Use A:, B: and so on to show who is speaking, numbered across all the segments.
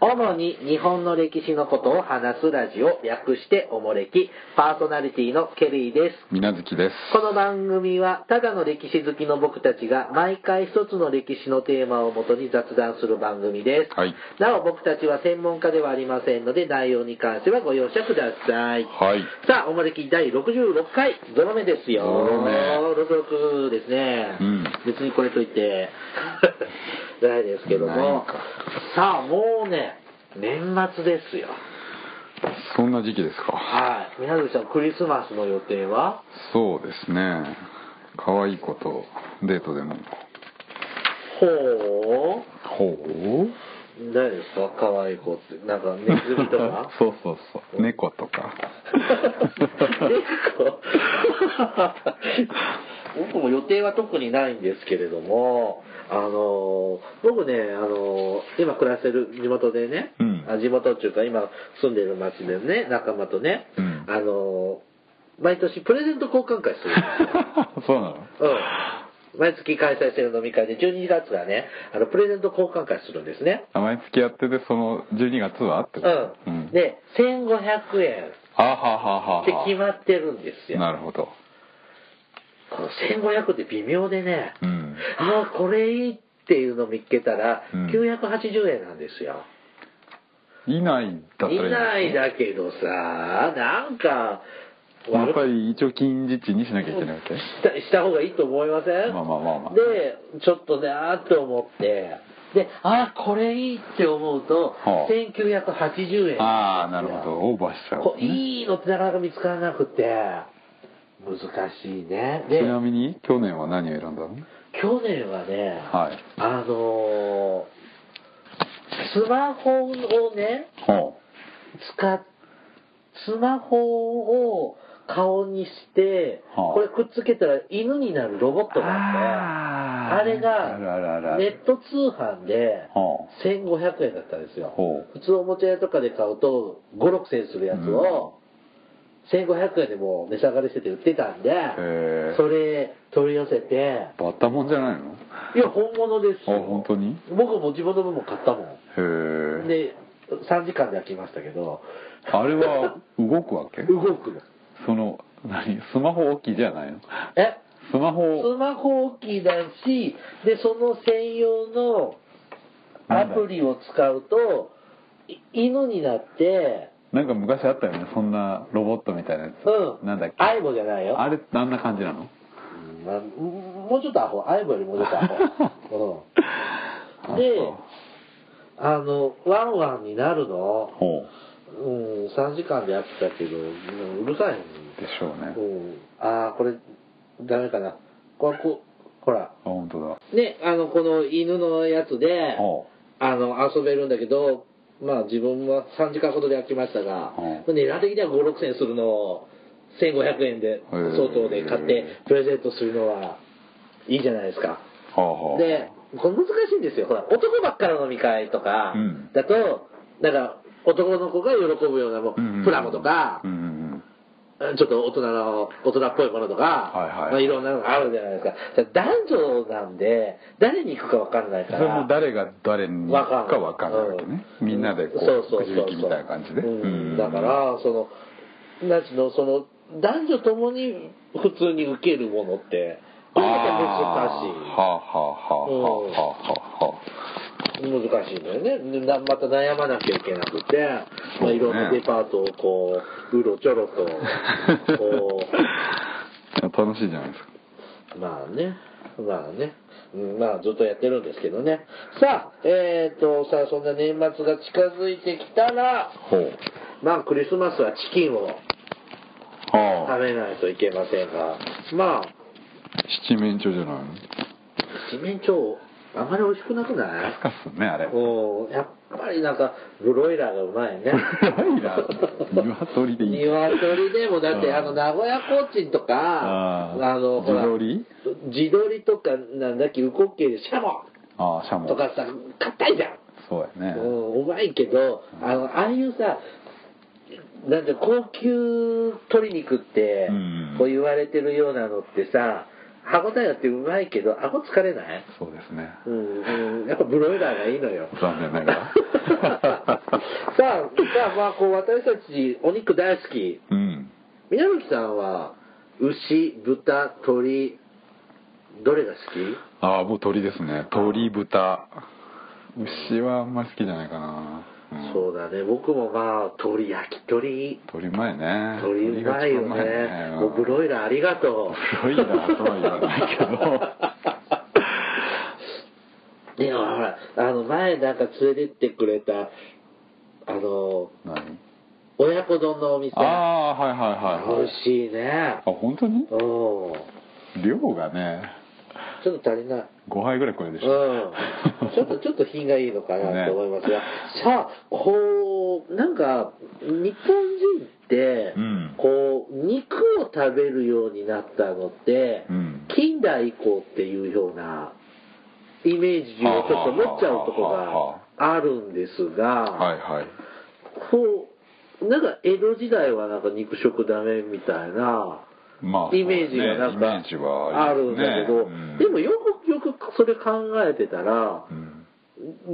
A: 主に日本の歴史のことを話すラジオ、略しておもれき、パーソナリティのケリーです。
B: みなずきです。
A: この番組は、ただの歴史好きの僕たちが、毎回一つの歴史のテーマをもとに雑談する番組です。
B: はい。
A: なお、僕たちは専門家ではありませんので、内容に関してはご容赦ください。
B: はい。
A: さあ、おもれき第66回、ゾロ目ですよ。
B: ゾロ目
A: 66ですね。
B: うん
A: 別にこれといって、 ないですけど
B: ないん
A: も
B: か。
A: さあ、もうね、年末ですよ。
B: そんな時期ですか。
A: はい。宮崎さん、クリスマスの予定は
B: そうですね。可愛い子とデートでも。
A: ほ
B: ほう
A: う誰ですか可愛い子って。なんか、ネズミと か
B: そうそうそう。猫 とか。
A: 猫 僕も予定は特にないんですけれども、あの僕ね、あの今暮らしてる地元でね、
B: うん
A: あ地元っていうか今住んでる町でね、仲間とね、
B: うん
A: あの毎年プレゼント交換会するんですよ。
B: そうなの
A: うん。毎月開催してる飲み会で、12月はね、あの、プレゼント交換会するんですね。
B: あ毎月やってて、その12月はってこと
A: う
B: うん
A: ん。で、1500円
B: あはははは
A: って決まってるんですよ。
B: なるほど。
A: この1500って微妙でね、
B: うん。
A: ああ、これいいっていうの見つけたら、
B: うん
A: 980円なんですよ。
B: いないだったら
A: いない
B: だ
A: だけどさ、なんか、
B: やっぱり一応近日にしなきゃいけないわけ
A: したした方がいいと思いません
B: まあまあまあまあ
A: でちょっとねあーって思ってであーこれいいって思うと、
B: はあ
A: 1980円
B: ああ、なるほど。オーバーしちゃう
A: こ
B: ね、
A: いいのってなかなか見つからなくて難しいね
B: ち
A: で
B: なみに、去年は何を選んだの
A: 去年はね、
B: はい。
A: あのースマホをね
B: ほ
A: 使っスマホを顔にして、
B: はあ
A: これくっつけたら犬になるロボットがあって
B: あー
A: あれが
B: あるあるあるある
A: ネット通販で
B: ほ
A: 1500円だったんですよ
B: ほう
A: 普通おもちゃ屋とかで買うと56000円するやつを1500円でもう値下がりしてて売ってたんで
B: へー
A: それ取り寄せて
B: バッタモンじゃないの
A: いや本物ですよ
B: あ本当に
A: 僕も自分の分も買ったもん
B: へえ。
A: で3時間で飽きましたけど
B: あれは動くわけ
A: 動くの
B: その、何スマホ大きいじゃないの
A: え
B: スマホ、
A: スマホ置きだしでその専用のアプリを使うとい犬になって
B: なんか昔あったよね。そんなロボットみたいなやつ。
A: うん
B: なんだっけ
A: アイボじゃないよ
B: あれ、あんな感じなの
A: うんまあうんもうちょっとアホアイボよりもうちょ っとアホ、うん、であのワンワンになるの
B: あ、ほ
A: うん、3時間で飽きたけどうんうるさい、
B: う。でしょうね。
A: うん、ああこれダメかなこれこうほら
B: あ、本当だ。
A: ねあのこの犬のやつで
B: ほう。
A: あの遊べるんだけど、まあ、自分は3時間ほどで飽きましたが、
B: う
A: 値段的には5、6千円するのを1500円で
B: ー
A: 相当で買ってプレゼントするのはいいじゃないですか。
B: はあはあ。
A: で、これ難しいんですよ。ほら、男ばっかの飲み会とか
B: うん
A: だと、なんか男の子が喜ぶようなもう
B: うんうん
A: プラモとか
B: う、んうんうん。
A: ちょっと大人の、大人っぽいものとか、
B: はいはい
A: まあ、いろんなのがあるじゃないですか。じゃあ男女なんで、誰に行くかわかんない
B: そ
A: か
B: れ
A: ら。
B: も 誰が誰に
A: わかんない
B: かわかんないわけね、みんなでこ
A: そう
B: う
A: そう
B: く
A: そ
B: じ
A: う
B: 引きみたいな感じで、
A: うんだからそのなんちゅうのその男女ともに普通に受けるものって
B: あー
A: 難
B: はあはあはあはあはあは
A: しい難しいんだよねでなまた悩まなきゃいけなくて、
B: そ
A: ま
B: うね
A: あ、いろんなデパートをこううろちょろとこ
B: あ楽しいじゃないですか
A: うまあねまあねうんまあずっとやってるんですけどねさあえっ、とさあそんな年末が近づいてきたら
B: ほう
A: まあクリスマスはチキンを
B: は
A: 食
B: あ
A: べないといけませんが、まあ、
B: 七面鳥じゃないの
A: 七面鳥、あまり美味しくなくない
B: 安かっすねあれ
A: うん、やっぱりなんか、ブロイラーがうまいね。
B: ブロイラー鶏でいい
A: 鶏でも、だって、
B: うん
A: あの、名古屋コーチンとか、
B: あー
A: あの、ほら、
B: 地鶏
A: 地鶏とか、なんだっけ、ウコッケイでシャモ
B: ああシャモ
A: とかさ、硬いじゃん。
B: そうやね
A: うん、うまいけど、あの、ああいうさ、なんて高級鶏肉って
B: うん、
A: こう言われてるようなのってさ、歯応えあってうまいけど、顎疲れない
B: そうですね
A: うん、うん、やっぱブロイラーがいいのよ。
B: 残念ながら
A: さあ、さあ、まあ、こう、私たち、お肉大好き。
B: うん。
A: 南木さんは、牛、豚、鳥、どれが好き
B: ああ、もう鳥ですね。鳥、豚。牛はあんまり好きじゃないかな。うん
A: そうだね、僕もまあ、鳥、焼き鳥、
B: 鳥うまいね。
A: 鳥うまいよ
B: 鳥
A: ね
B: が一番うまい。
A: もう、ブロイラーありがとう。
B: ブロイラーとは言わない け
A: ど。いや、ほら、あの、前なんか連れてってくれた、あの、
B: 何
A: 親子丼のお店。
B: ああ、はいはいはい、は
A: 美
B: い。
A: 味しいね。
B: あ、本当に
A: うん。ちょ
B: 量がね、
A: っと足りない。
B: 5杯ぐらいこれでしょ。
A: うん、ちょっとちょっと品がいいのかなと思い ますが、さあこうなんか日本人って、
B: うん
A: こう肉を食べるようになったのって、
B: うん
A: 近代以降っていうようなイメージをちょっと持っちゃうとこがあるんですが、
B: はいはい。
A: こうなんか江戸時代はなんか肉食ダメみたいな。
B: まあ、
A: イメージがなん
B: そうねイメージは
A: かあるんだけど、
B: うん
A: でもよくよくそれ考えてたら、
B: うん。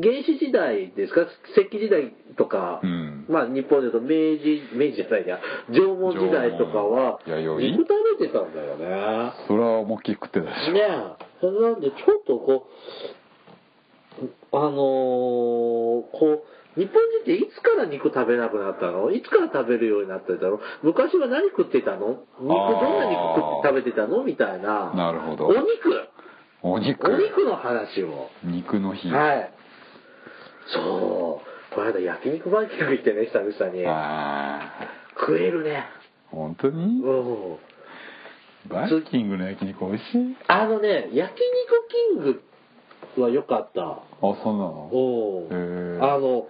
A: 原始時代ですか石器時代とか、
B: うん
A: まあ日本で言うと明治明治じゃないや縄文時代とかは
B: 縄文弥生
A: 肉食べてたんだよね。
B: それは思いっきり食ってたでしょ。
A: ねえそれなんでちょっとこうあのーこう日本人っていつから肉食べなくなったのいつから食べるようになったんだろう昔は何食ってたの肉どんな肉食って食べてたのみたいな
B: なるほど
A: お肉
B: お肉。
A: お肉の話を。
B: 肉の日。
A: はい。そう。この間焼肉バイキング行ってね、久々に。
B: ああ。
A: 食えるね。
B: 本当
A: う
B: に
A: ん。
B: バイキングの焼肉美味しい
A: あのね、焼肉キングは良かった。
B: あ、そうなの
A: お
B: へえ
A: あの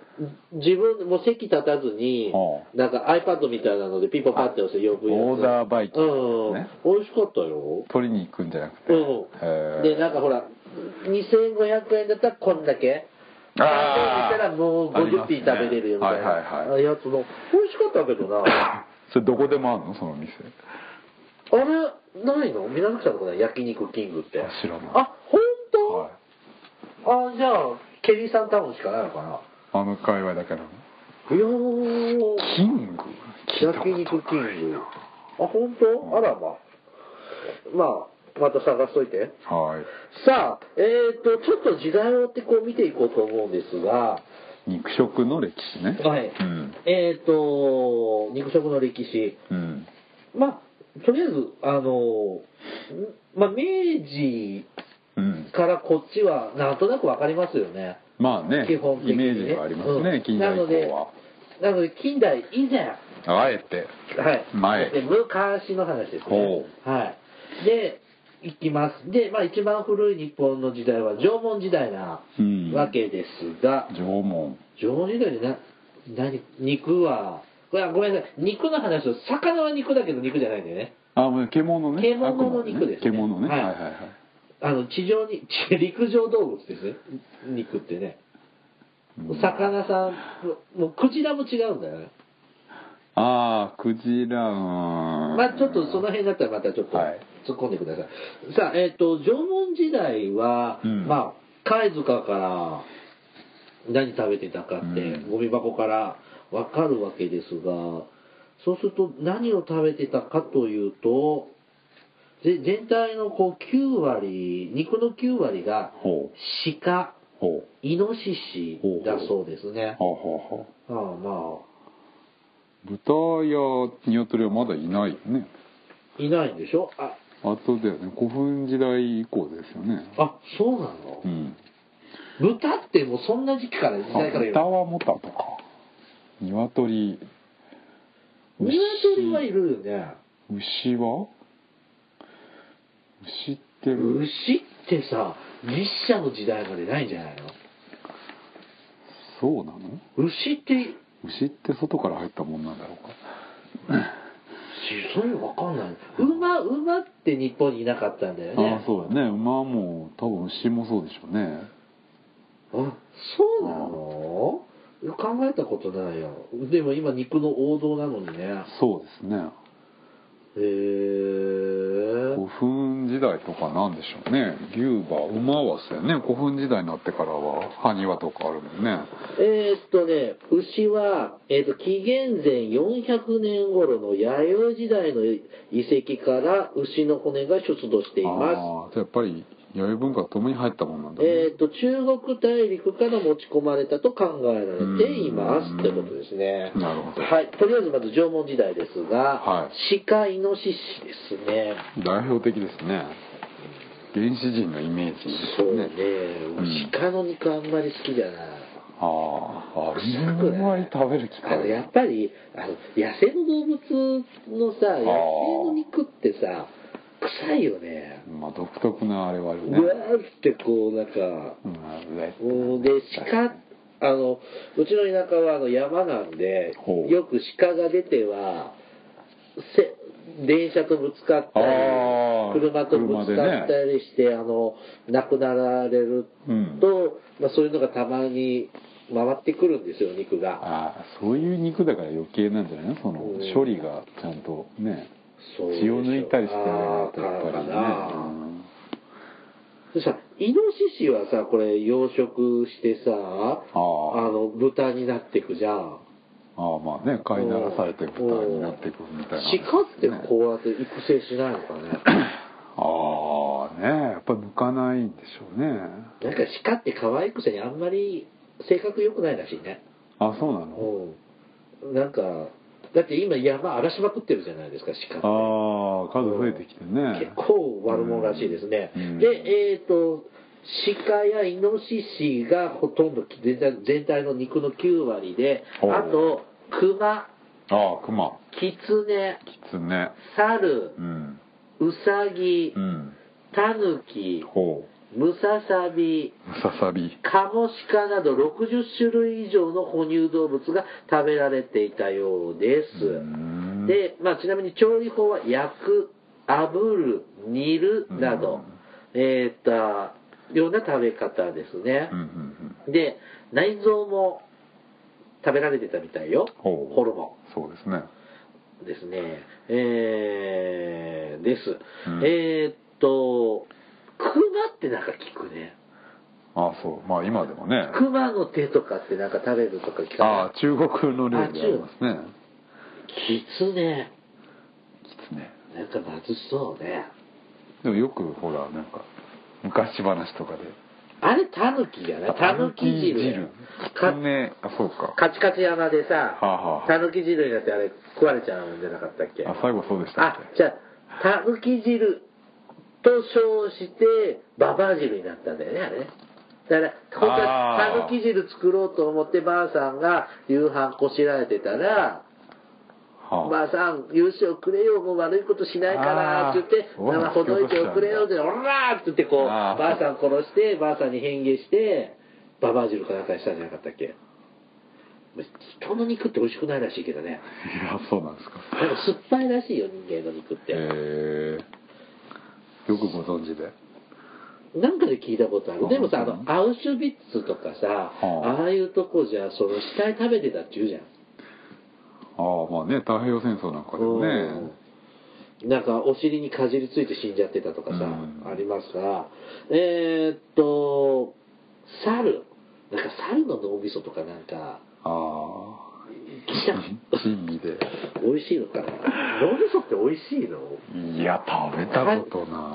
A: 自分もう席立たずに、
B: は
A: なんか iPad みたいなのでピンポンパって押して呼ぶやつ
B: オーダーバイキング
A: うん
B: ね
A: 美味しかったよ
B: 取りに行くんじゃなくて。
A: うん
B: へえ
A: でなんかほら2500円だったらこんだけ3000円
B: あー
A: だったらもう50品食べれるよみたいな、
B: ありますねはいはいはい
A: やつも美味しかったけどなあ
B: それどこでもあるのその店。
A: れないの南口さんのことない焼肉キングって
B: 知らない
A: あ本
B: はい。
A: 当、あじゃあケリーさん多分しかないのかな
B: あの界隈だけなの。
A: いやー
B: キング聞いた
A: 焼
B: ことない
A: 肉キング。あ、本当？あらま。まあ、また探しといて。
B: はい。
A: さあ、えっ、と、ちょっと時代を追ってこう見ていこうと思うんですが、
B: 肉食の歴史ね。
A: はい。
B: うん。
A: えっ、と、肉食の歴史。
B: うん。
A: まあ、とりあえず、あの、んまあ、明治
B: うん。
A: からこっちはなんとなくわかりますよね。
B: まあね、
A: 基本的
B: イ
A: に、ね。
B: メージがあります
A: う
B: ね、
A: ん
B: 近代以降
A: なので、なので近代以前。
B: は。あえて。
A: はい、
B: 前
A: で昔の話ですね
B: ほ、
A: はい、で行きますで、まあ、一番古い日本の時代は縄文時代な
B: うん
A: わけですが、
B: 縄文。
A: 縄文時代でな何肉はこれはごめんなさい肉の話と魚は肉だけど肉じゃないんだよね
B: あ、もう獣ね。
A: 獣の肉ですね
B: あくま獣ね。
A: は
B: はいいはいはい。
A: あの地上に地陸上動物ですね肉ってね
B: うん
A: 魚さんもうクジラも違うんだよね
B: ああ、クジラ。うん
A: まあちょっとその辺だったらまたちょっと
B: はい
A: 突っ込んでください。さあ、えっ、と、縄文時代は、
B: うん
A: まあ、貝塚から何食べてたかって、
B: うん
A: ゴミ箱からわかるわけですが、そうすると何を食べてたかというと、ぜ全体のこう9割、肉の9割が
B: ほう。
A: 鹿、
B: ほう。
A: イノシシだそうですね。
B: ほうほうほ
A: ああま
B: う。豚や鶏はまだいないよね。
A: あ、いないんでしょあ、
B: あとだよね、古墳時代以降ですよね。
A: あ、そうなの
B: うん。
A: 豚ってもうそんな時期から時代から
B: あ豚はモタとか。鶏。
A: 鶏はいるよね
B: 牛は牛って
A: 牛ってさ牛舎の時代までないんじゃないの
B: そうなの
A: 牛って
B: 牛って外から入ったもんなんだろうか
A: それわかんない馬馬って日本にいなかったんだよね
B: ああそうだね馬も多分牛もそうでしょうね
A: あそうなの考えたことないよでも今肉の王道なのにね
B: そうですね
A: へえ
B: 古墳時代とかなんでしょうね牛馬馬はそうやね古墳時代になってからは埴輪とかあるもんね
A: えーっとね、牛は、えーっと、紀元前400年頃の弥生時代の遺跡から牛の骨が出土していま
B: ああじゃあやっぱり弥生文化とともに入ったもんなん
A: す。
B: だね、
A: えーっと、中国大陸から持ち込まれたと考えられていますってことですね。
B: なるほど
A: はい。とりあえずまず縄文時代ですが、
B: は
A: 歯科イノシシですね。
B: 代表的ですね原始人のイメージです
A: そう
B: よ
A: ね
B: ね。ん
A: 鹿の肉あんまり好きじゃない。
B: ああ
A: 臭
B: あ
A: くない
B: んまり食べる機
A: あの
B: 会
A: やっぱりあの野生の動物のさ野生の肉ってさ臭いよね
B: まあ独特なあれはある
A: う
B: ね
A: わーってこうなんか
B: うんね
A: うんで鹿あのうちの田舎はあの山なんで
B: ほう
A: よく鹿が出てはせ電車とぶつかったり
B: あー
A: 車とぶつかったりして、あの亡くなられる
B: うん
A: と、まあ、そういうのがたまに回ってくるんですよ肉が。
B: ああそういう肉だから余計なんじゃないのその
A: うん
B: 処理がちゃんとね
A: そうでしょ
B: 血を抜いたりしてやらないとやっぱり
A: あ
B: ね
A: ーかなでさイノシシはさこれ養殖してさあ
B: あー
A: の豚になっていくじゃん
B: ああまあね飼い流されて豚になっていくみたいな
A: うん鹿ってこうやって育成しないのかね
B: ああねやっぱ抜かないんでしょうね
A: なんか鹿って可愛くせにあんまり性格良くないらしいね
B: あそうなの
A: うんなんかだって今山荒らしまくってるじゃないですか鹿って
B: ああ数増えてきてね
A: 結構悪者らしいですね、
B: うん
A: でえっ、と鹿やイノシシがほとんど全体全体の肉の9割で
B: おう
A: あとクマ
B: ああクマ
A: キツネ
B: キツネ
A: サル
B: うん
A: ウサギ
B: うん
A: タヌキ
B: ほ
A: ムササビ
B: うムササビ
A: カモシカなど60種類以上の哺乳動物が食べられていたようで
B: う
A: す、
B: ーん
A: で、まあ、ちなみに調理法は焼く、炙る、煮るなど、えーっと、ような食べ方ですね
B: うんう。ん
A: で、内臓も食べられてたみたいよ。
B: ほう
A: ホルモ
B: うんそうですね
A: ンですね。えー、です。
B: うん
A: えーっと、熊ってなんか聞くね。
B: ああそうまあ今でもね
A: 熊の手とかってなんか食べるとか聞か
B: あ
A: な
B: あ中国の料理ありますね
A: い。きつね。
B: キツネ
A: なんかまずそうね。
B: でもよくほらなんか昔話とかで
A: あれ、タヌキじゃないタヌキ汁。
B: キ
A: か
B: ツネあそうか
A: カチカチ山で
B: はあ
A: さ、
B: はあ
A: タヌキ汁になってあれ食われちゃうんじゃなかったっけ
B: あ最後そうでしたっ
A: あ、
B: け
A: じゃあ、タヌキ汁と称して、ババア汁になったんだよね、あれね。だから、本当は
B: あー
A: タヌキ汁作ろうと思って、ばあさんが夕飯こしらえてたら、
B: はあ
A: ばあさん、優勝くれよ、もう悪いことしないから、って言って、
B: あー
A: 生ほどいておくれよって、おらーって言って、こう、
B: あー
A: ばあさん殺して、ばあさんに変化して、ばばあ汁かなんかにしたんじゃなかったっけ人の肉って美味しくないらしいけどね。
B: いやそうなんですか
A: なんか酸っぱいらしいよ、人間の肉って。
B: えー、よくご存知で
A: なんかで聞いたことある。でもさ、あの
B: 本、
A: アウシュビッツとかさ、
B: はあ
A: ああいうとこじゃ、その死体食べてたって言うじゃん。
B: ああまあね太平洋戦争なんかでもね
A: うんなんかお尻にかじりついて死んじゃってたとかさ、
B: うん
A: ありますがえーっと猿なんか猿の脳みそとかなん か
B: あ
A: ギャン
B: あ珍味で
A: 美味しいのかな脳みそって美味しいの
B: いや食べたことな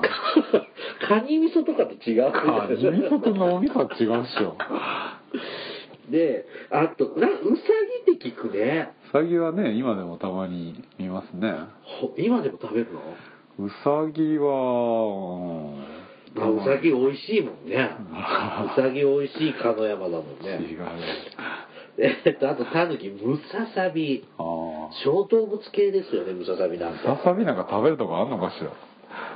B: い
A: カニ味噌とかと違う
B: カニ味噌と脳みそは違うっしょ
A: であとなウサギって聞くね
B: ウサギはね今でもたまに見ますね
A: ほ今でも食べるの
B: ウサギは、うん、
A: あウサギ美味しいもん ね
B: あ
A: ウサギ美味しい鹿の山だもんね
B: 違うあ
A: えっとあとタヌキムササビ
B: あ
A: 小動物系ですよねムササビなんて
B: ささみなんか食べるとこあんのかしら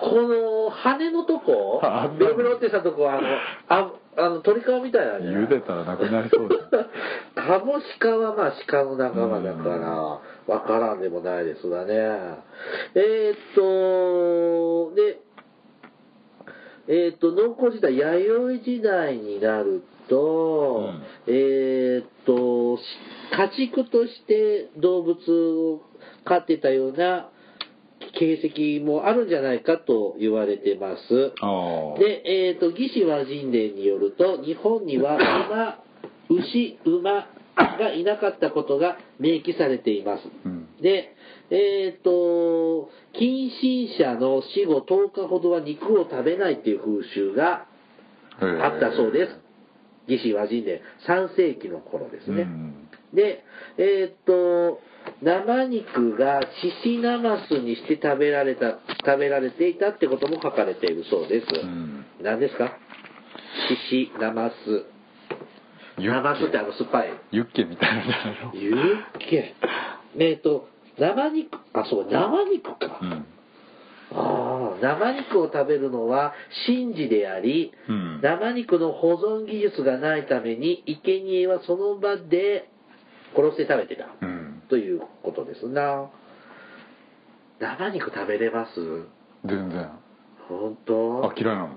A: この羽のとこ
B: あん
A: ベ
B: な
A: ロベロってしたとこあのああの鳥皮みたいな
B: 茹で
A: た
B: たらなくなりそうだ
A: カモシカはまあ鹿の仲間だからわからんでもないですがねえーっとでえーっと農耕時代弥生時代になると、
B: うん
A: えーっとし家畜として動物を飼ってたような形跡もあるんじゃないかと言われてます。
B: ああ。
A: で、えっ、と、魏志和人伝によると、日本には馬、牛、馬がいなかったことが明記されています。
B: うん。
A: で、えっ、と、近親者の死後10日ほどは肉を食べないっていう風習が
B: へえ
A: あったそうです。魏志和人伝3世紀の頃ですね。
B: うん
A: で、えーっと、生肉がシシナマスにして食べられた、食べられていたってことも書かれているそうです。
B: うん
A: 何ですかシシナマス。
B: ユ
A: ナマス
B: ッ
A: って
B: ケ
A: あの酸っぱい。
B: ユッケみたいなんじゃない の
A: ユッケ。えーっと、生肉、あ、そう、生肉か。
B: うん
A: ああ、生肉を食べるのは神事であり、
B: うん
A: 生肉の保存技術がないために、生贄はその場で殺して食べてた。
B: うん
A: ということですな生肉食べれます
B: 全然
A: 本
B: あ
A: 当
B: 嫌いなの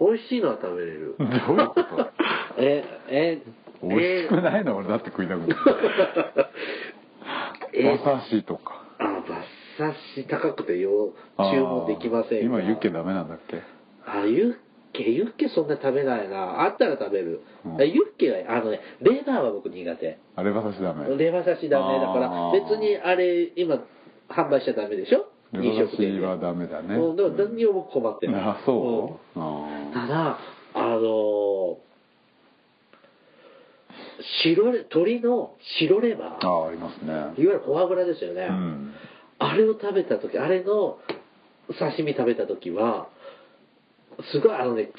A: 美味しいのは食べれる
B: どういうこと
A: ええ
B: 美味しくないの俺だって食いたくない
A: えー、え
B: 馬刺しとか
A: あ馬刺し高くてよ
B: あー
A: 注文できません
B: 今ユッケ
A: だ
B: ダメなんだっけ
A: あユッケユッケそんな食べないなあったら食べる、
B: うん
A: ユッケはあのねレバーは僕苦手
B: あれ馬刺しダメ
A: レバ刺しダメだから
B: あー
A: 別にあれ今販売しちゃダメでしょ
B: レ
A: 飲
B: バ
A: 食
B: 刺し
A: 店で
B: はダメだね
A: うん、だから何にも僕困ってない。
B: あそう
A: うん
B: あ
A: ただ、あのー白れ、鳥の白レバー、い
B: ー
A: わ
B: あーありますね
A: ゆるフォアグラですよね。
B: うん
A: あれを食べたとき、あれの刺身食べたときは、すごいあのね、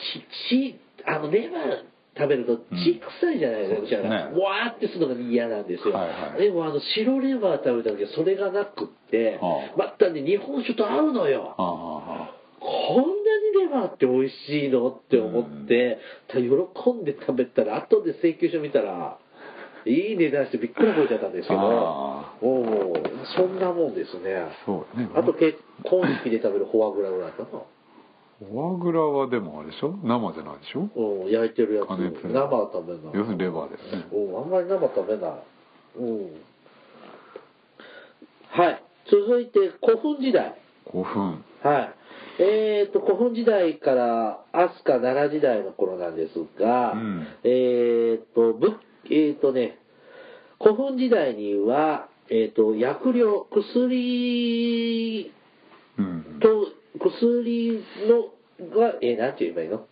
A: 血、血、あのレバー食べると血臭いじゃないですか、
B: うん
A: うちらが
B: そうですね
A: わーってするのが嫌なんですよ。
B: はいはい
A: でもあの白レバー食べたときはそれがなくって、
B: ああ
A: またね、日本酒と合うのよ。
B: あーあ
A: こんなにレバーって美味しいのって思って、喜んで食べたら、後で請求書見たら、いい値段してびっくり覚えちゃったんですけど、
B: あ
A: おおそんなもんですね。
B: ーそうね
A: あと結婚式で食べるフォアグラぐらいかな。
B: フォアグラはでもあれでしょ生じゃないでしょ
A: うん、焼いてるやつ。
B: 加
A: 生
B: 熱
A: は食べない。
B: 要するにレバーだよね
A: うん、あんまり生食べない。うん。はい。続いて、古墳時代。
B: 5分
A: はい。えっ、と、古墳時代から飛鳥奈良時代の頃なんですが、
B: うん
A: えっ、と、ぶえっ、とね、古墳時代には、えっ、と、薬量、薬
B: うん
A: と、薬の、が、えーなんて言えばいいの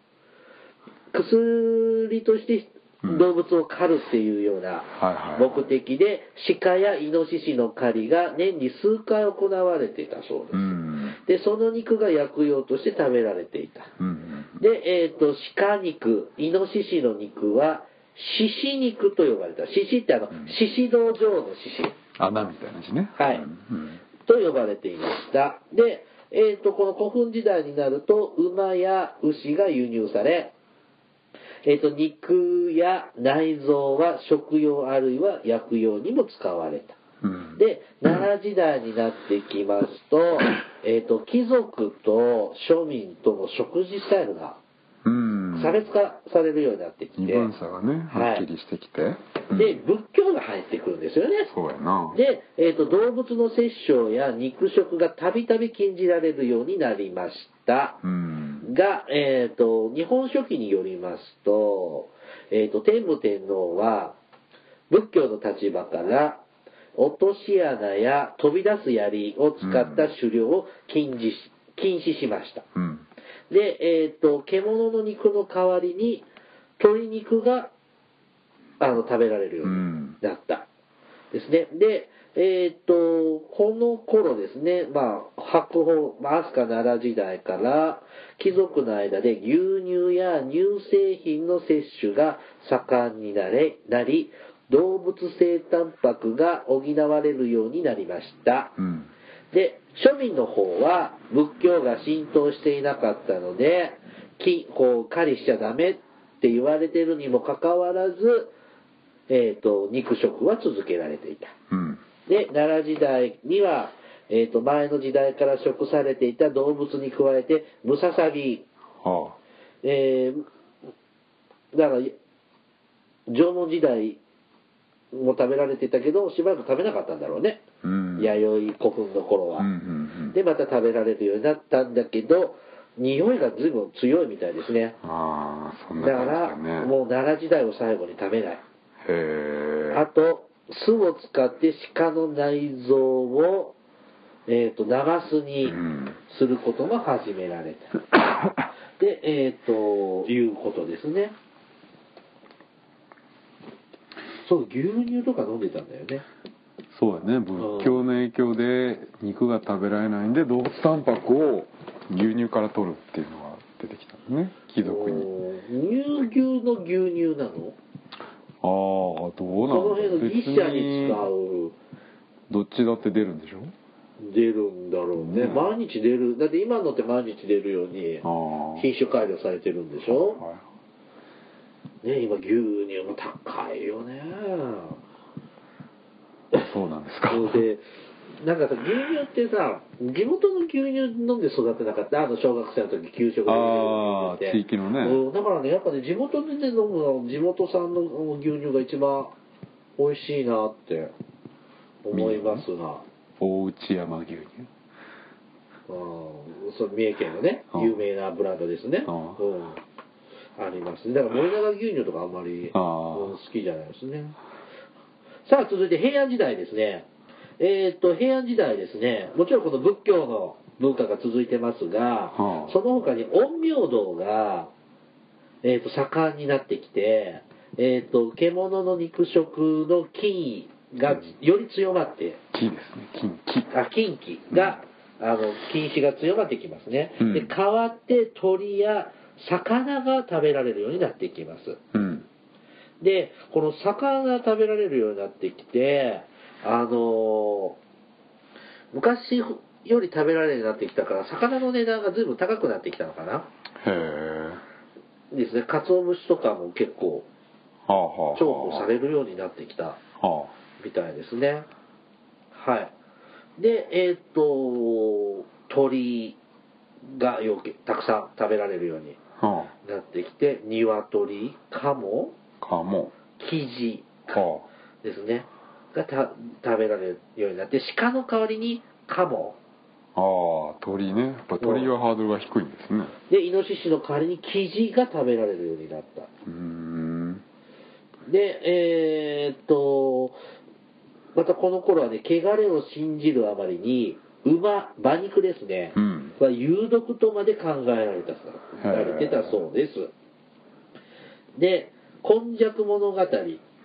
A: 薬として
B: うん
A: 動物を狩るっていうような
B: はいはい
A: 目的で、鹿やイノシシの狩りが年に数回行われていたそうです。
B: うん
A: で、その肉が薬用として食べられていた。
B: うん
A: で、えっ、と、鹿肉、イノシシの肉は、獅子肉と呼ばれた。獅子ってあの
B: ん、
A: 獅子道場の獅子。
B: 穴みたいな字ね
A: はい
B: うん
A: と呼ばれていました。で、えー、とこの古墳時代になると馬や牛が輸入され、えー、と肉や内臓は食用あるいは薬用にも使われた。
B: うん
A: で、奈良時代になってきますと、えー、と貴族と庶民との食事スタイルが
B: うん
A: 差別化されるようになってきて、
B: 二分差がね
A: はい
B: はっきりしてきて、
A: で、
B: うん
A: 仏教が入ってくるんですよね。
B: そうやな
A: で、えー、と動物の殺生や肉食がたびたび禁じられるようになりました
B: うん
A: が、えー、と日本書紀によりますと,、えー、と天武天皇は仏教の立場から落とし穴や飛び出す槍を使った狩猟を禁止し禁止しました
B: うん
A: で、えー、と獣の肉の代わりに鶏肉があの食べられるよう
B: う
A: に
B: ん
A: だったですね。で、えーっと、この頃ですね、まあ、白鵬、まあ、飛鳥奈良時代から、貴族の間で牛乳や乳製品の摂取が盛んになれ、なり、動物性タンパクが補われるようになりました。
B: うん
A: で、庶民の方は仏教が浸透していなかったので、金、こう、狩りしちゃダメって言われてるにもかかわらず、えっ、と、肉食は続けられていた。
B: うん
A: で、奈良時代には、えっ、と、前の時代から食されていた動物に加えて、ムササビ、
B: はあ
A: えー、だから、縄文時代も食べられていたけど、しばらく食べなかったんだろうね。
B: うん
A: 弥生古墳の頃は。
B: うんうん
A: でまた食べられるようになったんだけど匂いが随分強いみたいですね
B: ああそん
A: だか
B: な感じ
A: ら
B: だね
A: もう奈良時代を最後に食べない
B: へえ
A: あと酢を使って鹿の内臓を、えー、と流すに
B: うん
A: することも始められた、でえっ、ということですねそう牛乳とか飲んでたんだよね
B: そうだね仏教の影響で肉が食べられないんで動物タンパクを牛乳から取るっていうのが出てきたのね貴族に
A: 乳牛の牛乳なの
B: ああど
A: この
B: うなんだ
A: 辺
B: ろ
A: の
B: う
A: 牛舎に使う
B: どっちだって出るんでしょ
A: 出るんだろうね、
B: うん
A: 毎日出るだって今のって毎日出るように
B: ああ
A: 品種改良されてるんでしょ、
B: はい
A: ね今牛乳も高いよ ね
B: そうなんですか
A: そうでなんかさ牛乳ってさ地元の牛乳飲んで育てなかったあの小学生の時給食で
B: ああ地域のね
A: うん、だからねやっぱね地元で、ね、飲むの地元産のうん牛乳が一番美味しいなって思いますが、
B: 大内山牛乳
A: うん、その三重県のね
B: うん
A: 有名なブランドですね、う
B: うんん
A: ありますねだから森永牛乳とかあんまり、
B: あ
A: うん好
B: ー
A: きじゃないですねさあ続いて平安時代ですねえーっと平安時代ですねもちろんこの仏教の文化が続いてますが、
B: うん
A: その他に陰陽道が、えーっと盛んになってきて、えーっと獣の肉食の菌位がより強まって、
B: 木ですね金木
A: あ近畿が、あの禁止が強まってきますね、
B: うん
A: で代わって鳥や魚が食べられるようになってきます
B: うん
A: でこの魚が食べられるようになってきてあのー昔より食べられるようになってきたから魚の値段が随分高くなってきたのかな
B: へえ
A: ですね鰹節とかも結構
B: はあはあはあ
A: 重宝されるようになってきた
B: は
A: みたいですね。はい。で、えーっ、と、鳥がよくたくさん食べられるように
B: あは
A: なってきて、鶏、カモ、
B: あかも
A: キジ
B: は
A: ですね、がた食べられるようになって、鹿の代わりにカモ、
B: あああ鳥ねやっぱ鳥はハードルが低いんですね
A: で、イノシシの代わりにキジが食べられるようになった。
B: うーん
A: で、えーっと、またこの頃はね、汚れを信じるあまりに、馬、馬肉ですね、
B: うん
A: は有毒とまで考えられたさ、
B: へー
A: られてたそうです。で、今昔物語っ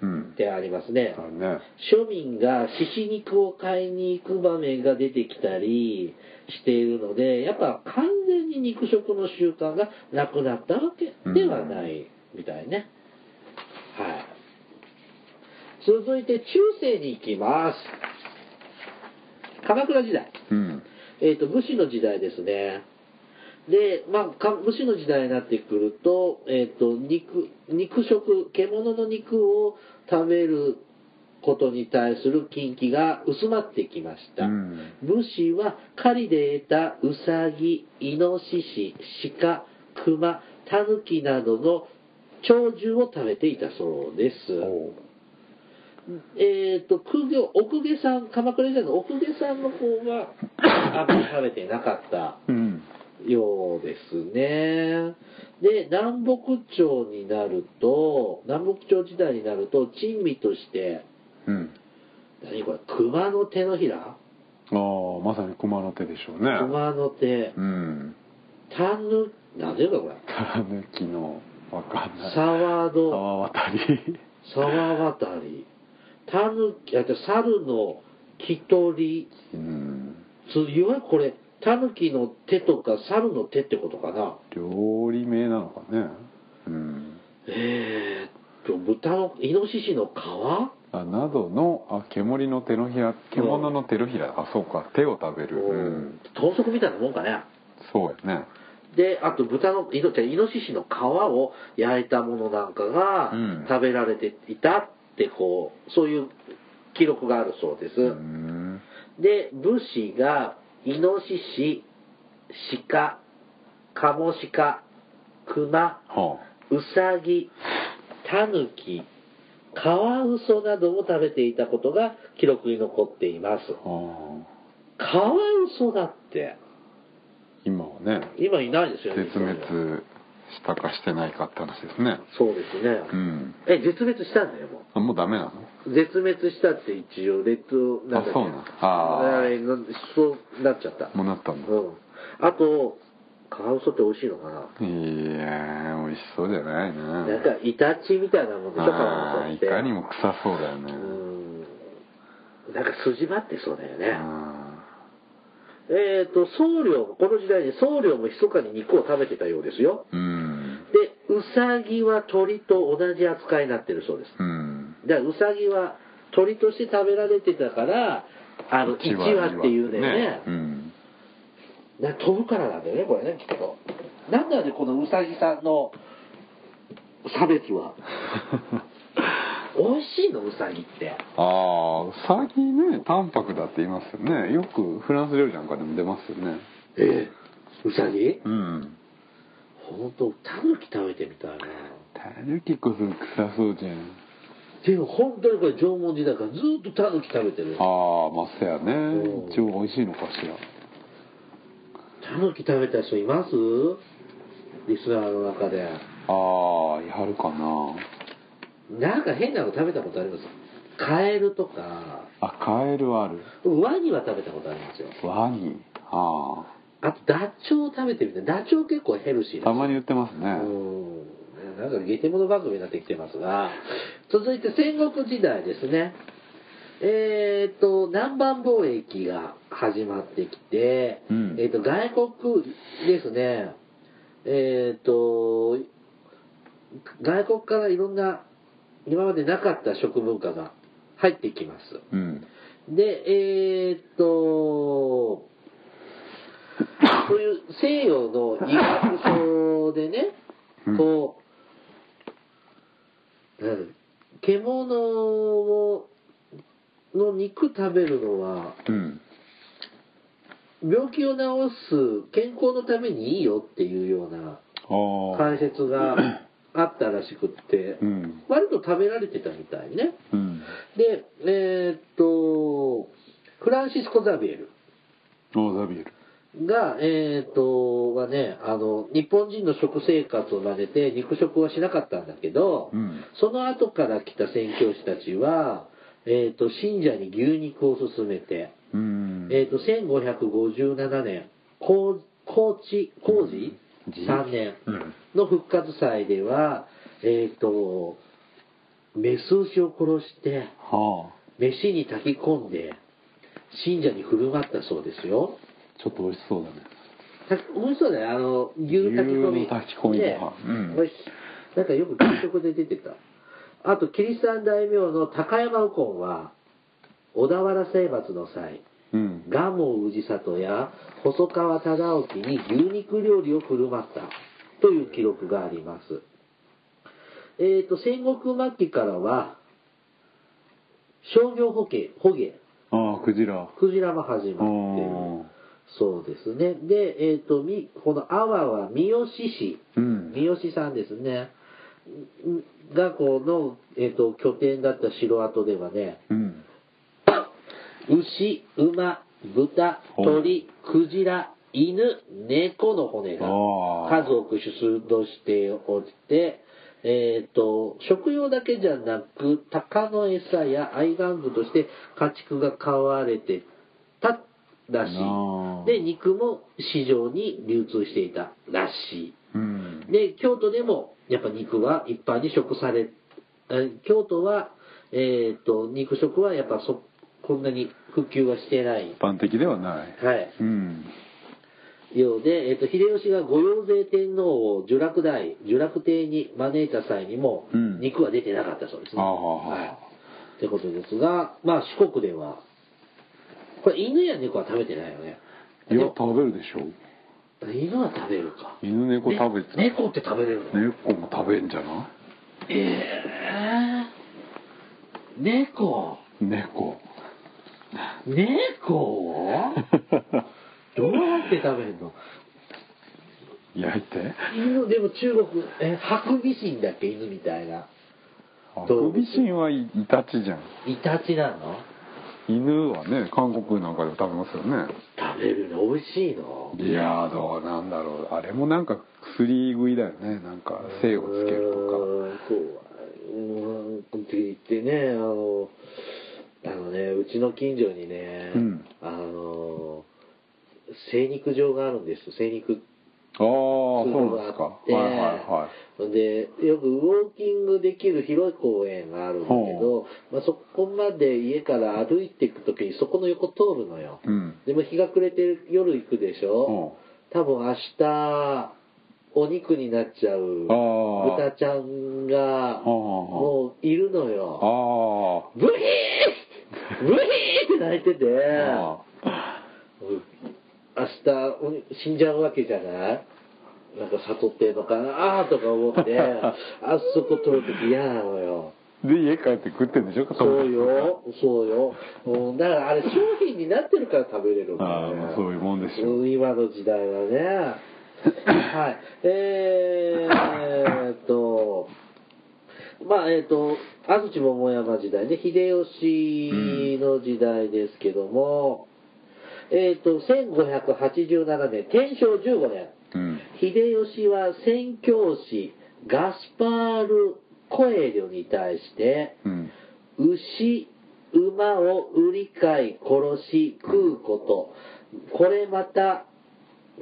B: うん
A: てありますね。
B: あるね
A: 庶民が獅子肉を買いに行く場面が出てきたりしているので、やっぱ完全に肉食の習慣がなくなったわけではないみたいね。はい。続いて中世に行きます。鎌倉時代。
B: うん
A: えっ、と、武士の時代ですね。で、まあか、武士の時代になってくると、えっ、と、肉、肉食、獣の肉を食べることに対する禁忌が薄まってきました。
B: うん
A: 武士は狩りで得たウサギ、イノシシ、鹿、クマ、タヌキなどの鳥獣を食べていたそうです。
B: おう
A: えー、と公家奥下さん鎌倉時代の奥下さんの方は あんまり食べてなかった
B: うん
A: ようですねで南北朝になると南北朝時代になると珍味として
B: うん
A: 何これ熊の手のひら
B: ああまさに熊の手でしょうね
A: 熊の手
B: うん
A: タヌ何ていうかこれ
B: たぬきのわかんない
A: 沢戸
B: 沢渡り
A: 沢渡りタヌキあじゃあ猿の木取り
B: うん
A: そういわゆるこれタヌキの手とか猿の手ってことかな
B: 料理名なのかねうん
A: えー、っと豚のイノシシの皮
B: あなどのあ煙の手のひら獣の手のひらあそうか手を食べる、うん、
A: 豚足みたいなもんかね
B: そうやね
A: であと豚のイノ違うイノシシの皮を焼いたものなんかが
B: うん
A: 食べられていたってこうそういう記録があるそうです、
B: うん
A: で武士がイノシシ鹿カモシカクマ
B: は
A: ウサギ、タヌキ、カワウソなどを食べていたことが記録に残っています。
B: あは
A: カワウソだって
B: 今はね
A: 今いないですよね
B: 絶滅したかしてないかって話ですね
A: そうですね、
B: うん
A: え絶滅したんだよも
B: あもうダメなの
A: う絶滅したって一応列島なんだっけ
B: あそうなんあー
A: あれなんそうなっちゃった
B: もうなったんだ
A: うんあとカワウソって美味しいのかない
B: やー美味しそうじゃないな
A: なんかイタチみたいなもんでしょカワウソ
B: あー
A: っ
B: い
A: て
B: かにも臭そうだよ
A: う
B: ね
A: んなんか筋張ってそうだよね、
B: あ
A: えっ、と、僧侶、この時代に僧侶も密かに肉を食べてたようですよ。
B: ーうん
A: で、ウサギは鳥と同じ扱いになってるそうです。
B: うん
A: だからウサギは鳥として食べられてたから、あの、一羽っていうんだよね。
B: うん
A: な飛ぶからなんだよね、これね、きっと。なんだね、このウサギさんの差別は。美味しいの、ウサギって。
B: ああウサギね淡白だって言いますよねよくフランス料理なんかでも出ますよね
A: ええウサギ
B: うん
A: ほんと、タヌキ食べてみたいな。
B: タヌキこそ臭そうじゃん
A: でも本当にこれ縄文時代からずっとタヌキ食べてる。
B: ああまあそや
A: う
B: ね
A: ん
B: 一応美味しいのかしら
A: タヌキ食べた人いますリスナーの中で。
B: ああやるかな
A: なんか変なの食べたことありますカエルとか、
B: あカエルある
A: ワニは食べたことありますよ。
B: ワニあ
A: あと、ダチョウ食べてみて、ダチョウ結構ヘルシー
B: あ
A: です
B: たまに売ってますね
A: うん。なんかゲテモノ番組になってきてますが、続いて戦国時代ですね。えっ、と、南蛮貿易が始まってきて、
B: うん
A: えっ、と、外国ですね、えっ、と、外国からいろんな、今までなかった食文化が入ってきます。
B: うん
A: で、えーっと、そういう西洋の医学書でね、
B: うん
A: こう、なん獣をの肉食べるのは、
B: うん
A: 病気を治す健康のためにいいよっていうような
B: ああ
A: 解説があったらしくって、
B: うん
A: 割と食べられてたみたいね。
B: うん
A: で、えーっと、フランシスコ・ザビエル。
B: あザビエル
A: が、えっ、と、はね、あの、日本人の食生活を真似て肉食はしなかったんだけど、
B: うん
A: その後から来た宣教師たちは、えっ、と、信者に牛肉を勧めて、
B: うん
A: えっ、と、1557年、高高知、高知
B: じ
A: ?3 年
B: うん
A: の復活祭では、えっ、と、メス牛を殺して、
B: はあ
A: 飯に炊き込んで、信者に振る舞ったそうですよ。
B: ちょっと美味しそうだね
A: た美味しそうだねあの牛炊き込み
B: 牛の炊き込みご飯
A: ね
B: うん
A: 美味しいなんかよく給食で出てたあとキリシタン大名の高山右近は小田原征伐の際
B: うん
A: 蒲生氏里や細川忠興に牛肉料理を振る舞ったという記録がありますえっ、と戦国末期からは商業捕鯨捕鯨
B: ああクジラ
A: クジラも始
B: あ
A: まっている
B: ー
A: そうですね。で、えっ、と、み、この阿波は三好市、
B: うん
A: 三好さんですね。んが、この、えっ、と、拠点だった城跡ではね、
B: うん
A: 牛、馬、豚、鳥、クジラ、犬、猫の骨が
B: あー
A: 数多く出土しておって、えっ、と、食用だけじゃなく、鷹の餌や愛玩具として家畜が飼われてたらしい
B: なあ。
A: で、肉も市場に流通していたらし
B: うん
A: い。で、京都でも、やっぱ肉は一般に食され、え京都は、えっ、と、肉食はやっぱそ、こんなに普及はしてない
B: 一。般的ではない
A: はい。
B: うん
A: ようで、えっ、と、秀吉が御用税天皇を呪落台、呪落帝に招いた際にも
B: う、ん
A: 肉は出てなかったそうですね。
B: ああ
A: はい。ってことですが、まあ四国では、これ犬や猫は食べてないよね。
B: い
A: で
B: や
A: も
B: 食べるでしょ
A: 犬は食べるか。
B: 犬猫食べて
A: ね猫って食べれるの、
B: 猫も食べんじゃな
A: えー、猫
B: い猫
A: 猫をどうやって食べるの
B: 焼いて
A: 犬でも中国えハクビシンだっけ犬みたいな
B: ハクビシンはいイタチじゃん
A: イタチなの
B: 犬はね韓国なんかでも食べますよね
A: 食べるの美味しいの
B: いやーどうなんだろうあれもなんか薬食いだよねなんか精をつけると
A: うーんそううんって言ってねあのあのねうちの近所にね、
B: うん
A: あの精肉場があるんです精肉
B: かああー
A: 通
B: そう
A: 路が
B: なんで
A: あ
B: すか
A: っ
B: は
A: て
B: いはいはい
A: でよくウォーキングできる広い公園があるんだけど
B: ほ、
A: まあ、そこまで家から歩いていく時にそこの横通るのよ、
B: うん
A: でも日が暮れてる夜行くでしょ、多分明日お肉になっちゃう
B: あー
A: 豚ちゃんが
B: あー
A: もういるのよ
B: あ
A: ブヒーブヒーって泣いてて
B: ああ
A: うん明日おに死んじゃうわけじゃないなんか悟ってんのかなあーとか思って あそこ通るとき嫌なのよ
B: あで家帰って食ってんでしょ
A: そうよそうよ、うん、だからあれ商品になってるから食べれるんだ
B: あ
A: よ
B: あ
A: ね
B: まあそういうもんでしょ
A: うん今の時代は ねはいえー、っとまあえー、っと安土桃山時代ね秀吉の時代ですけども、えー、っと1587年天正15年
B: うん
A: 秀吉は宣教師ガスパール・コエリョに対して
B: うん
A: 牛、馬を売り買い、殺し、食うこと。これまた、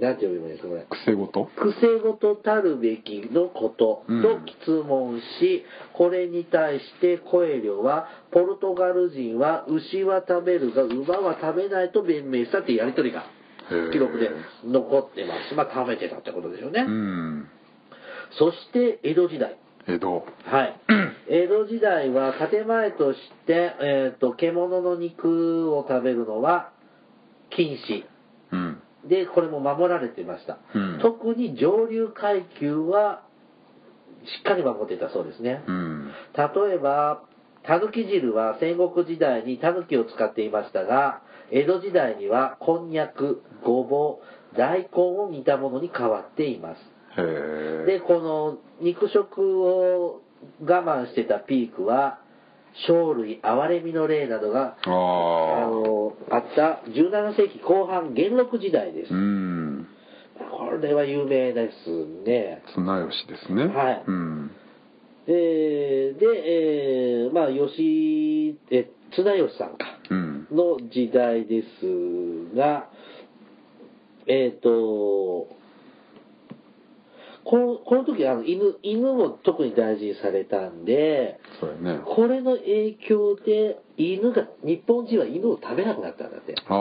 A: なんて呼べばいいですか、これ。
B: 癖ごと
A: 癖事たるべきのこと
B: うん
A: と質問し、これに対してコエリョは、ポルトガル人は牛は食べるが馬は食べないと弁明したっていうやりとりが
B: へー
A: 記録で残ってます。まあ食べてたってことでしょうね。
B: うん
A: そして江戸時代。
B: 江戸
A: はい、江戸時代は建前として、えー、と獣の肉を食べるのは禁止
B: うん
A: でこれも守られていました、
B: うん
A: 特に上流階級はしっかり守っていたそうですね、
B: うん
A: 例えばたぬき汁は戦国時代にたぬきを使っていましたが江戸時代にはこんにゃくごぼう大根を煮たものに変わっています
B: へえ
A: でこの肉食を我慢してたピークは生類憐れみの霊などが
B: あ
A: あ
B: あ
A: のあった17世紀後半元禄時代です、
B: うん
A: これは有名ですね
B: 綱吉ですね
A: はい
B: うん
A: えーで、えーまあ吉え綱吉さんか
B: うん
A: の時代ですが、えっ、と、このこの時あの犬、犬も特に大事にされたんで、
B: そうやね
A: これの影響で、犬が、日本人は犬を食べなくなったんだって。
B: あ
A: う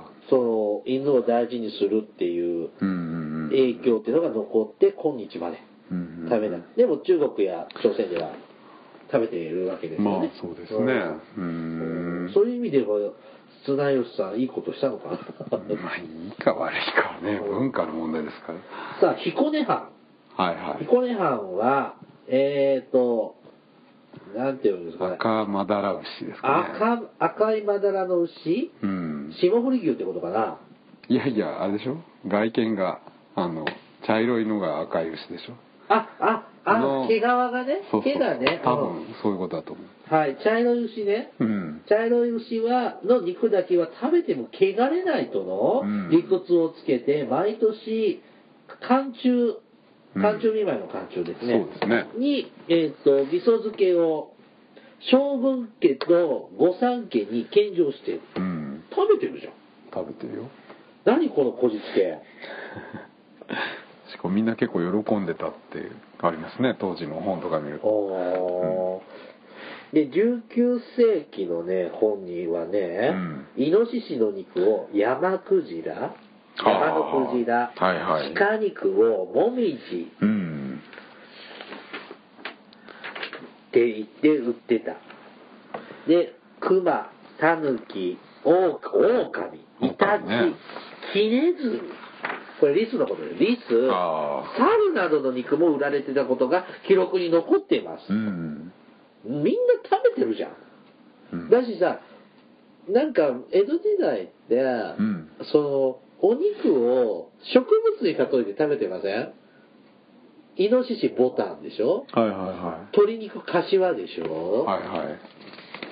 A: ん
B: あ
A: その、犬を大事にするっていう
B: うんうん
A: 影響っていうのが残って、今日まで
B: うん
A: 食べない。でも中国や朝鮮では食べているわけですよね。
B: まあそうですねう
A: うん
B: ん
A: そういう意味では、綱吉さん、いいことしたのかな。
B: まあいいか悪いかはね文化の問題ですから
A: さあ、彦根藩。
B: はいは
A: 彦根藩は、えーと、なんていうんですか
B: い
A: ね。
B: 赤マダラ牛ですかね
A: 赤赤いまだらの牛
B: うん
A: 霜降り牛ってことかな。
B: いやいやあれでしょ外見があの茶色いのが赤い牛でしょ
A: あ、あ、
B: あ
A: あ
B: の、
A: 毛皮がね
B: そう、そう
A: 毛がね、
B: 多
A: うん
B: 分そういうことだと思
A: はい、茶色い牛ね。
B: ううん
A: 茶色い牛は、の肉だけは食べても汚れないとの
B: うん
A: 理屈をつけて、毎年、寒中、寒中見舞いの寒中ですね。
B: そうですね
A: に、えっ、と、味噌漬けを、将軍家と御三家に献上して、
B: うん
A: 食べてるじゃん。
B: 食べてるよ
A: 何このこじつけ。
B: しかもみんな結構喜んでたってありますね当時の本とか見ると
A: おーで、19世紀のね、本にはね、イノシシの肉を山クジラ、
B: あー
A: 山のクジラ、
B: はいはい
A: 鹿肉をモミジ
B: うん
A: って言って売ってた。で、クマ、タヌキ、オオカミ、イタチ、
B: 狼ね
A: キネズミ。これリスのことでリス、
B: あー
A: 猿などの肉も売られてたことが記録に残っています。
B: うん
A: みんな食べてるじゃん。
B: うん
A: だしさ、なんか江戸時代って、
B: ん
A: そのお肉を植物に例えて食べてませんイノシシボタンでしょ
B: はいはいは
A: 鶏肉柏でしょ、
B: いはいはい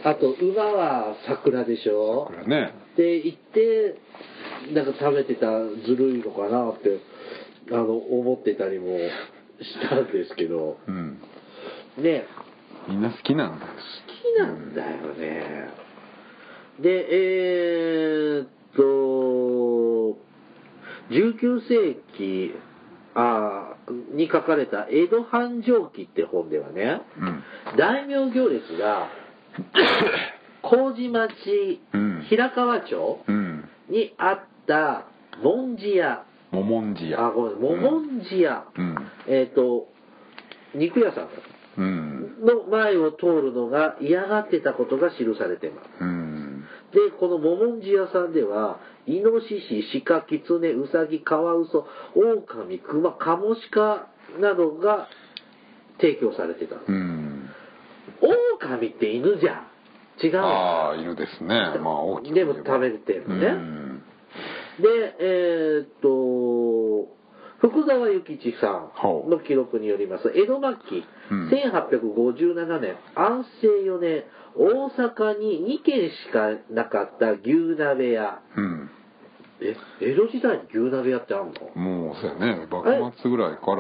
A: あと馬は桜でしょ
B: これね
A: で行ってなんか食べてたずるいのかなってあの思ってたりもしたんですけど
B: うん
A: ね
B: みんな好きなんだよ
A: 好きなんだよねでえー、っと19世紀あーに書かれた「江戸繁盛記」って本ではね
B: うん
A: 大名行列が麹町
B: うん
A: 平川町
B: うん
A: にあったもんじ屋
B: ももんじや
A: あごめんももんじ屋、
B: うん
A: えっ、と肉屋さん
B: うん
A: の前を通るのが嫌がってたことが記されてます
B: うん
A: でこのももんじ屋さんではイノシシシカキツネウサギカワウソオオカミクマカモシカなどが提供されてた
B: うん
A: オオカミって犬じゃん違うよ
B: ああ犬ですねまあ大きく
A: でも食べてるね
B: うん
A: で、えーっと、福沢諭吉さ
B: ほ
A: ん
B: う
A: の記録によります、江戸末期、
B: うん
A: 1857年、安政4年、大阪に2軒しかなかった牛鍋屋。
B: うん
A: え、江戸時代に牛鍋屋ってあんの
B: もうそうやね幕末ぐらいから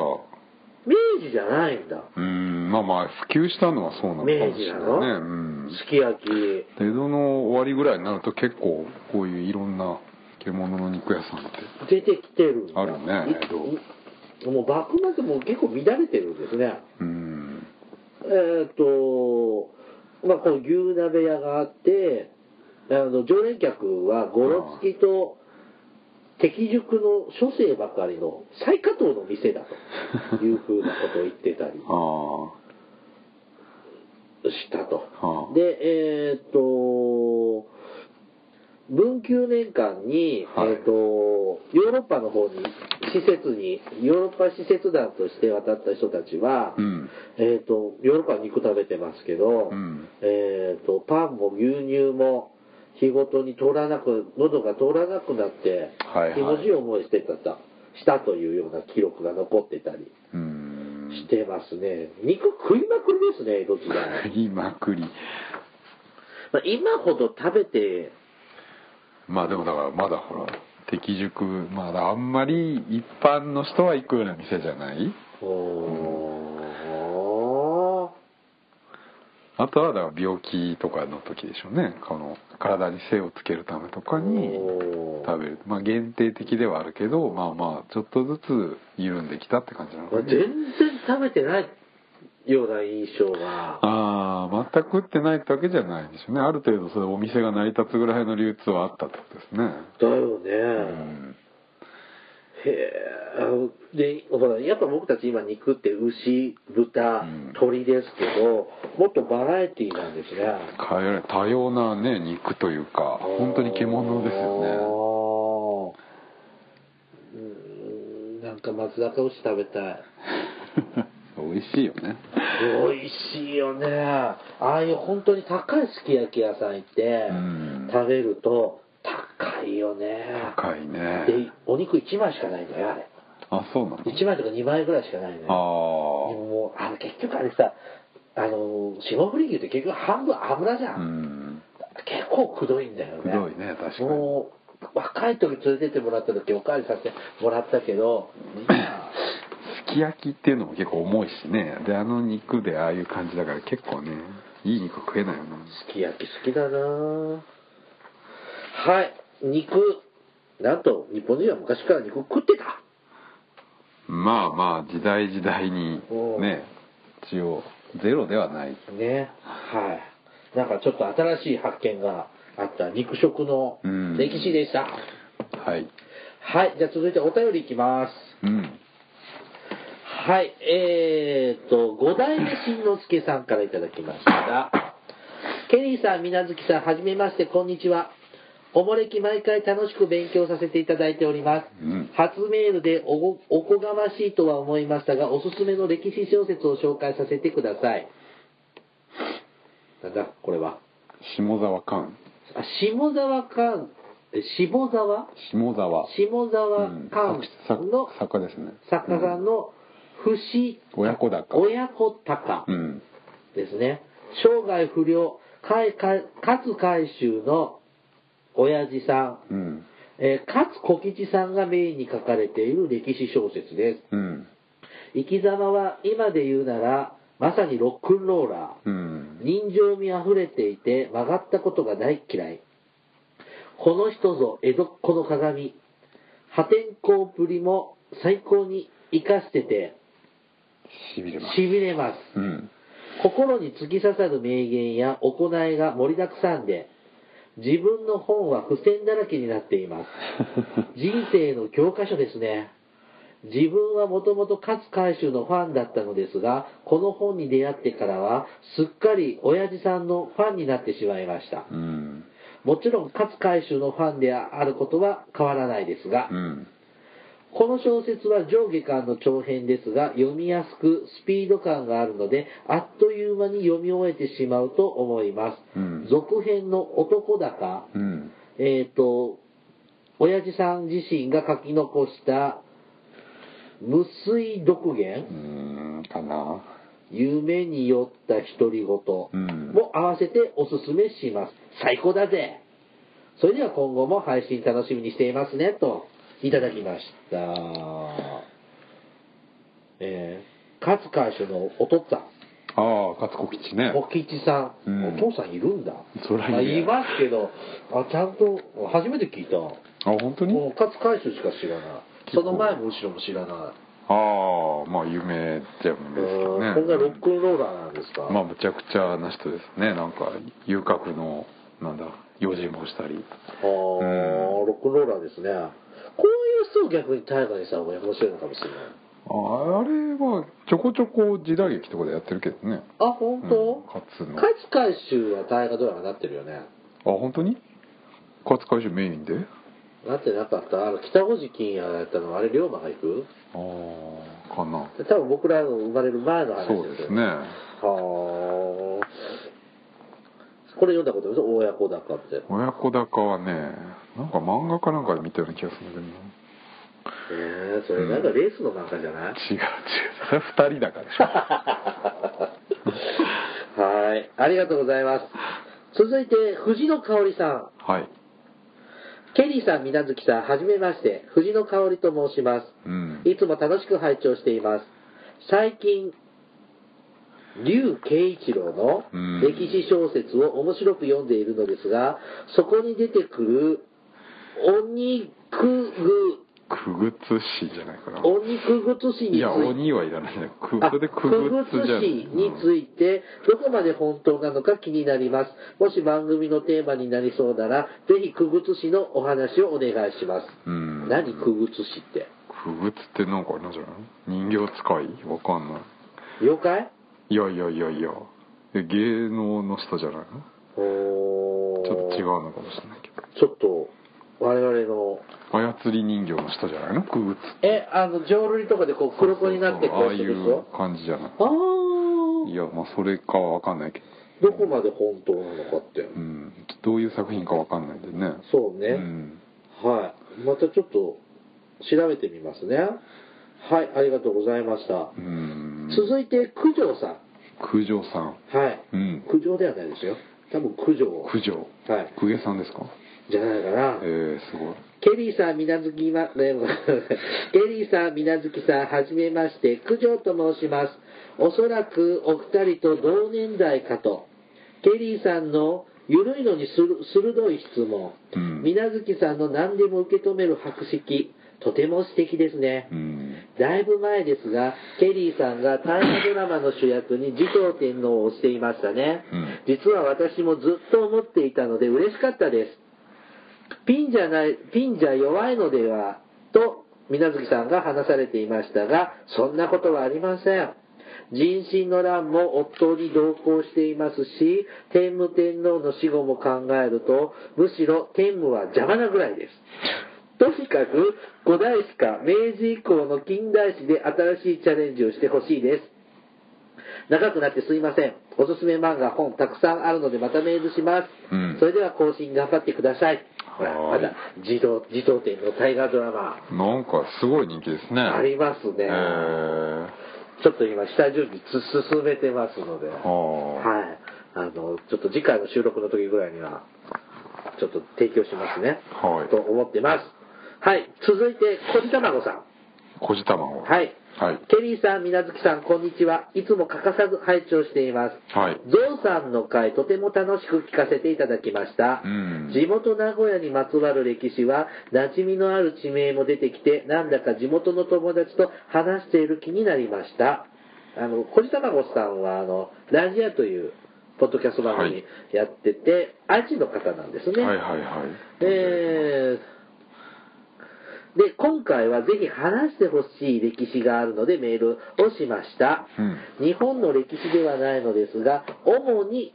A: 明治じゃないんだ。
B: うんまあまあ普及したのはそうなのかもし
A: 明治
B: れ
A: な
B: ない
A: の、
B: ねうん
A: すき焼き。
B: 江戸の終わりぐらいになると結構こういういろんな獣の肉屋さんって
A: 出てきてるんだ。
B: あるね江戸
A: いもう幕末も結構乱れてるんですね。
B: うん
A: えーっと、まあ、この牛鍋屋があって、あの常連客はごろつきと敵塾の書生ばかりの最下等の店だというふうなことを言ってたり
B: ああは
A: したと。
B: あ
A: で、えーっと、文久年間に、
B: はい
A: えーっと、ヨーロッパの方に、施設に、ヨーロッパ施設団として渡った人たちは、
B: うん
A: えー、とヨーロッパは肉食べてますけど、
B: うん
A: えー、とパンも牛乳も日ごとに通らなく喉が通らなくなって、
B: はいはい
A: 気持ちいい思いしてたたしたというような記録が残ってたり
B: うん
A: してますね、肉食いまくりですね江戸時 代、
B: 言いまくり
A: まあ、今ほど食べて
B: まあでもだからまだほら敵塾まだあんまり一般の人は行くような店じゃない
A: おー
B: あとはだから病気とかの時でしょうねこの体に精をつけるためとかに
A: おー
B: 食べるまあ限定的ではあるけどまあまあちょっとずつ緩んできたって感じなの
A: ま
B: か
A: あ全然食べてないような印象が
B: ああ全く売ってないってわけじゃないでしょうねある程度それお店が成り立つぐらいの流通はあったってことですね
A: だよね、
B: うん
A: へえでほらやっぱ僕たち今肉って牛豚
B: うん
A: 鶏ですけど、もっとバラエティーなんですね
B: 変えられ多様なね肉というか本当に獣ですよね
A: よねうんなんか松坂牛食べたい
B: 美味しいよね
A: 美味しいよねああいう本当に高いすき焼き屋さん行って、
B: うん
A: 食べると高いよね
B: 高いね
A: でお肉1枚しかないんだよあれ
B: あそうなの
A: 1枚とか2枚ぐらいしかないのよでも
B: あ
A: もうあの結局あれさあの霜降り牛って結局半分油じゃ
B: あ
A: ん、
B: うん
A: 結構くどいんだよね
B: くどいね確かに
A: もう若い時連れてってもらった時おかわりさせてもらったけど
B: すき焼きっていうのも結構重いしねであの肉でああいう感じだから結構ねいい肉食えないよね
A: すき焼き好きだなぁはい肉なんと日本人は昔から肉食ってた
B: まあまあ時代時代に
A: うん
B: ね一応ゼロではない
A: ねはいなんかちょっと新しい発見があった肉食の
B: うん
A: 歴史でした、
B: はい
A: はいじゃあ続いてお便りいきます
B: うん
A: はい、えー、と、五代目新之助さんからいただきました。ケリーさん、みなずきさん、はじめまして、こんにちは。おもれき毎回楽しく勉強させていただいております。
B: うん
A: 初メールでおごおこがましいとは思いましたが、おすすめの歴史小説を紹介させてください。なんだ、これは。
B: 下沢寛
A: あ、下沢か、え下沢
B: 下沢
A: 下沢寛
B: 作
A: の
B: 作作家ですね
A: 作家さんの不死
B: 親子だか
A: 親子鷹
B: うん
A: ですね。生涯不良、海海勝海舟の親父さん、
B: うん
A: えー勝小吉さんがメインに書かれている歴史小説です。
B: うん
A: 生き様は今で言うなら、まさにロックンローラー。
B: うん
A: 人情味あふれていて曲がったことが大嫌い。この人ぞ江戸っ子の鏡。破天荒ぶりも最高に活かしてて、
B: しびれます
A: 痺れます。
B: うん
A: 心に突き刺さる名言や行いが盛りだくさんで、自分の本は付箋だらけになっています。人生の教科書ですね。自分はもともと勝海舟のファンだったのですが、この本に出会ってからは、すっかり親父さんのファンになってしまいました。
B: うん
A: もちろん勝海舟のファンであることは変わらないですが
B: う、ん
A: この小説は上下巻の長編ですが、読みやすくスピード感があるので、あっという間に読み終えてしまうと思います。
B: うん
A: 続編の男高、
B: うん
A: えっ、と、親父さん自身が書き残した無水毒
B: う
A: 源、
B: んかな
A: 夢に酔った独り言も
B: うん
A: 合わせておすすめします。最高だぜそれでは今後も配信楽しみにしていますね、と、いただきました。えー、勝海舟のお父さん。
B: ああ勝子吉ね
A: 小吉さん、
B: うん
A: お父さんいるんだ。
B: そらいる
A: まあ、いますけど、あ、ちゃんと、初めて聞いた。
B: あ本当に
A: もう勝海舟しか知らない。
B: 結
A: そ
B: 構
A: の前も後ろも知らない。
B: ああまあ有名じゃ有名ですけど
A: う
B: ね
A: んこれがロックンローラーなんですか。
B: まあむちゃくちゃな人ですねなんか遊郭のなんだ用心棒したり
A: あーロックンローラーですね。こういう人を逆に大河にした方が面白いのかもしれない。
B: ああれはちょこちょこ時代劇とかでやってるけどね
A: あ、本当、
B: うん勝
A: 勝海舟は大河ドラマになってるよね。
B: あ本当に勝海舟メインで
A: なってなかったあの、北小路金也がやったのは、あれ、龍馬が行く
B: ああかな
A: 多分僕らの生まれる前の話
B: そう
A: で
B: です
A: よ
B: すね
A: はあ。これ読んだことあります親子だかって。へ
B: 親子鷹はねなんか漫画かなんかで見たような気がするんだけどな
A: えそれなんかレースの漫画じゃない、
B: 違う違うそれ二人だからでし ょ
A: はい。ありがとうございます。続いて、藤野香織さん。
B: はい
A: ケリーさん、みなずきさん、はじめまして。藤野香織と申します。
B: うん
A: いつも楽しく拝聴しています。最近、劉慶一郎
B: うん
A: の歴史小説を面白く読んでいるのですが、そこに出てくる、鬼く
B: くぐつしじゃないかな
A: ぐ、鬼くぐつしについて、
B: いや鬼はいらないじゃないく
A: あ
B: ぐでくぐつじゃ
A: くぐつ市について、どこまで本当なのか気になります。もし番組のテーマになりそうなら、ぜひくぐつ市のお話をお願いします。
B: うん
A: 何くぐつ市って。
B: くぐつってなんかあれなんじゃない人形使いわかんない
A: 妖怪
B: いやいやいやいやえ芸能の人じゃないの
A: お
B: ちょっと違う
A: う。
B: のかもしれないけど
A: ちょっと、我々の、
B: 操り人形の人じゃないのくぐつ
A: え、あの、浄瑠璃とかでこう黒子になってこ
B: あ
A: う
B: あ
A: し
B: い
A: てる人
B: う感じじゃない
A: ああ
B: い
A: ー
B: やまあそれかはわかんないけど
A: どこまで本当なのかって。
B: うんどういう作品かわかんないんでね
A: そうね。
B: うん
A: はい。またちょっと調べてみますね。はい、ありがとうございました。
B: うん
A: 続いて、九条さ
B: 九条さん
A: ん。はい。
B: うん
A: 九条ではないですよ。多分九条。
B: 九条
A: はい。
B: 公家さんですか
A: じゃないかな
B: え。ー、すごい
A: ケリーさん、みなずきま、ね、ごめんなさいケリーさん、みなずきさん、はじめまして、九条と申します。おそらくお二人と同年代かと。ケリーさんのゆるいのにする鋭い質問。
B: うん
A: みなずきさんの何でも受け止める博識。とても素敵ですね。
B: うん
A: だいぶ前ですが、ケリーさんが大河ドラマの主役に持統天皇をしていましたね。
B: うん
A: 実は私もずっと思っていたので嬉しかったです。ピンじゃない、ピンじゃ弱いのでは、と、水月さんが話されていましたが、そんなことはありません。人心の乱も夫に同行していますし、天武天皇の死後も考えると、むしろ天武は邪魔なぐらいです。とにかく、古代史か明治以降の近代史で新しいチャレンジをしてほしいです。長くなってすいません。おすすめ漫画、本たくさんあるのでまたメールします。
B: うん
A: それでは更新頑張ってください。ほら、
B: は
A: ま
B: ーい
A: だ、自動、自動店の大河ドラマ、
B: なんかすごい人気ですね
A: あります
B: え
A: ね。
B: ー
A: ちょっと今、下準備つ進めてますので。は
B: はあ
A: い。あの、ちょっと次回の収録の時ぐらいには、ちょっと提供しますね。
B: はい
A: と思ってます。はい。続いて、小じたまごさん。
B: こじたまを
A: はい。
B: はい
A: ケリーさん、みなずきさん、こんにちは。いつも欠かさず拝聴しています。
B: はい
A: ゾウさんの回、とても楽しく聞かせていただきました。
B: うん
A: 地元名古屋にまつわる歴史は、馴染みのある地名も出てきて、なんだか地元の友達と話している気になりました。あの、小島子さんは、あの、ラジアという、ポッドキャスト番
B: は
A: 組
B: い
A: やってて、愛知の方なんですね。
B: はいはいはい
A: えーで、今回はぜひ話してほしい歴史があるのでメールをしました。
B: うん
A: 日本の歴史ではないのですが、主に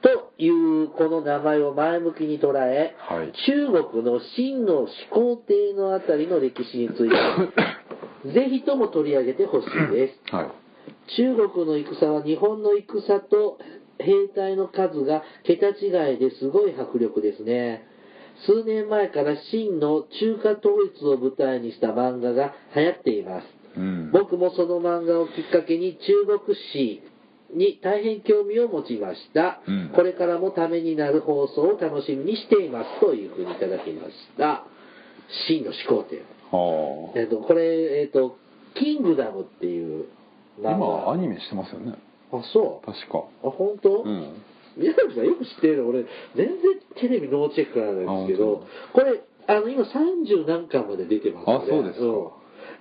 A: というこの名前を前向きに捉え、
B: はい
A: 中国の秦の始皇帝のあたりの歴史につい て、ぜひとも取り上げてほしいです。
B: はい
A: 中国の戦は日本の戦と兵隊の数が桁違いですごい迫力ですね。数年前から真の中華統一を舞台にした漫画が流行っています。
B: うん
A: 僕もその漫画をきっかけに中国史に大変興味を持ちました。
B: うん
A: これからもためになる放送を楽しみにしています。というふうにいただきました。真の始皇帝。
B: ああ
A: えっと、これ、えっと、キングダムっていう漫画。
B: 今アニメしてますよね
A: あ、そう。
B: 確か
A: あ、本当？
B: うん
A: 宮崎さんよく知ってるの俺、全然テレビノーチェックなんですけど
B: あ本、
A: これ、あの、今30何巻まで出てます
B: あそうですか
A: うん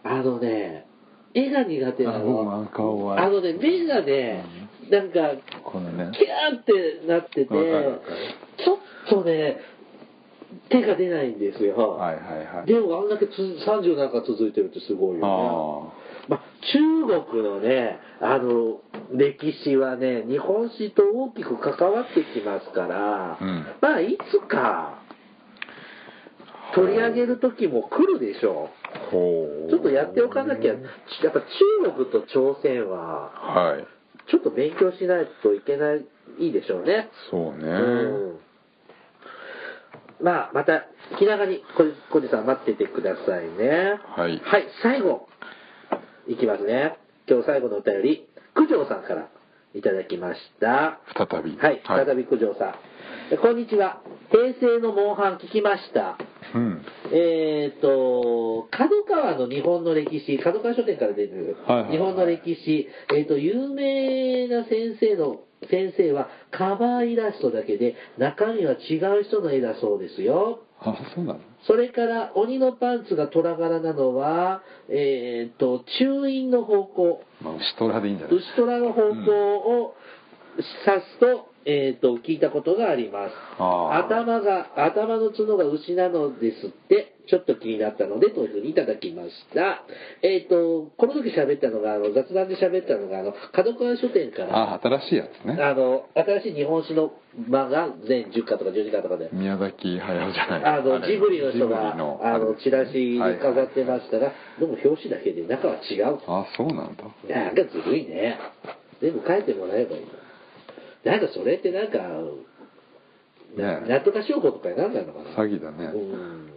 A: あのね、絵が苦手な
B: あ僕も
A: の。
B: なんか終わり
A: あのね、目がね、なんか、
B: このね
A: キャーってなってて、ち
B: わかる
A: ょ
B: わかる
A: っとね、手が出ないんですよ。
B: はいはいはい
A: でもあんだけつ30何巻続いてるってすごいよね。
B: あ
A: まあ、中国のね、あの、歴史はね、日本史と大きく関わってきますから、
B: うん
A: まあ、いつか、取り上げる時も来るでしょ
B: あほ
A: う。
B: う
A: ちょっとやっておかなきゃ、やっぱ中国と朝鮮は、
B: はい
A: ちょっと勉強しないといけない、いいでしょうね。
B: そうね
A: うん。まあ、また、気長に、こじこじさん待っててくださいね。
B: はい
A: はい、最後、いきますね。今日最後のお便り、九条さんからいただきました。
B: 再び
A: はい、再び九条さん。えこんにちは。平成のモンハン聞きました。
B: うん
A: えっ、と、角川の日本の歴史、角川書店から出てる、
B: はいはいはい
A: 日本の歴史、えっ、と、有名な先生の、先生はカバーイラストだけで、中身は違う人の絵だそうですよ。
B: あそうなの
A: それから、鬼のパンツが虎柄なのは、えっ、と、中院の方向、
B: まあ牛虎でいいんじゃない
A: 牛虎の方向を指すと、えっ、と、聞いたことがあります。
B: あー
A: 頭が、頭の角が牛なのですって、ちょっと気になったので、というふうにいただきました。えっ、と、この時喋ったのが、あの、雑談で喋ったのが、あの、角川書店から、
B: あ新しいやつね
A: あの、新しい日本史の漫画、全10巻とか12巻とかで、
B: 宮崎駿じゃない
A: あの
B: れ
A: ジブリの人
B: ジブ
A: が
B: リの
A: あのチラシに飾って
B: はい
A: ましたが、でも表紙だけで中は違う。
B: はいはいあそうなんだ
A: なんかずるいね。全部書いてもらえばいいの。なんかそれってなんか、な
B: ねえ
A: なんとか証拠とかになんないのかな。
B: 詐欺だね
A: うん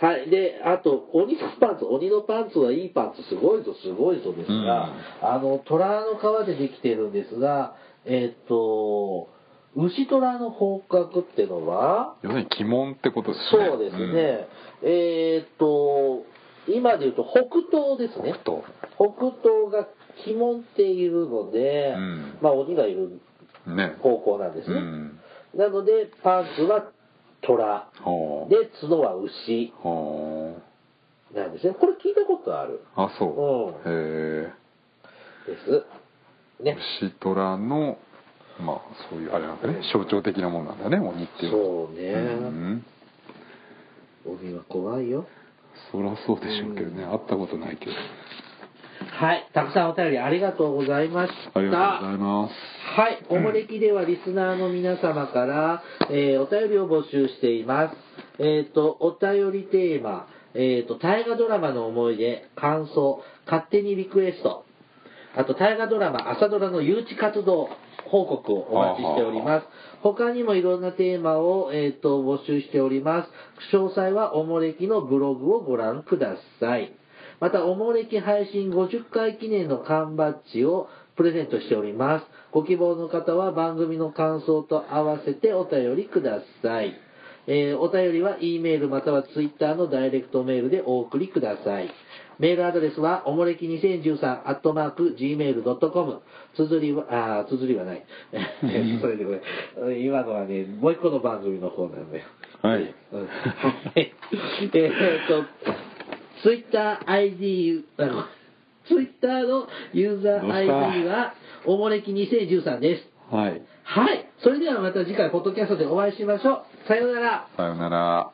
A: はい。で、あと、鬼のパンツ、鬼のパンツはいいパンツ、すごいぞ、すごいぞですが、あの、虎の皮でできてるんですが、えっと、牛虎の方角ってのは、
B: 要するに鬼門ってことですね
A: そうですね。えーっと、今で言うと北東ですね。
B: 北東
A: 北東が鬼門っていうので、
B: うん
A: まあ鬼がいる
B: うんね
A: 方向なんです
B: う
A: ね。
B: ん
A: なので、パンツは虎。
B: はあ
A: で、角は牛
B: は
A: なんですね。これ聞いたことある
B: ああそう
A: う
B: へ
A: です。
B: え
A: ね。
B: 牛虎のまあそういうあれなんだね象徴的なもんなんだね鬼っていうのは
A: そうね。
B: うん
A: 鬼は怖いよ。
B: そりゃそうでしょうけどね会ったことないけど
A: はい。たくさんお便りありがとうございまし
B: あ
A: た。
B: りがとうございます
A: はい、おもれきではリスナーの皆様から、えーお便りを募集しています。えっ、と、お便りテーマ、えっ、と、大河ドラマの思い出、感想、勝手にリクエスト、あと、大河ドラマ、朝ドラの誘致活動報告をお待ちしております。他にもいろんなテーマを、えっ、と、募集しております。詳細はおもれきのブログをご覧ください。また、おもれき配信50回記念の缶バッジをプレゼントしております。ご希望の方は番組の感想と合わせてお便りください。えーお便りは E メールまたは Twitter のダイレクトメールでお送りください。メールアドレスは、おもれき2013、アットマーク、gmail.com。つづりは、あーつづりはない。それでごめん。今のはね、もう一個の番組の方なんだよ。
B: はい
A: うんはい。えーっと、ツイッター ID、あツイッターのユーザー ID は、おもれき2013です。
B: はい
A: はい。それではまた次回、ポッドキャストでお会いしましょう。さようなら。
B: さようなら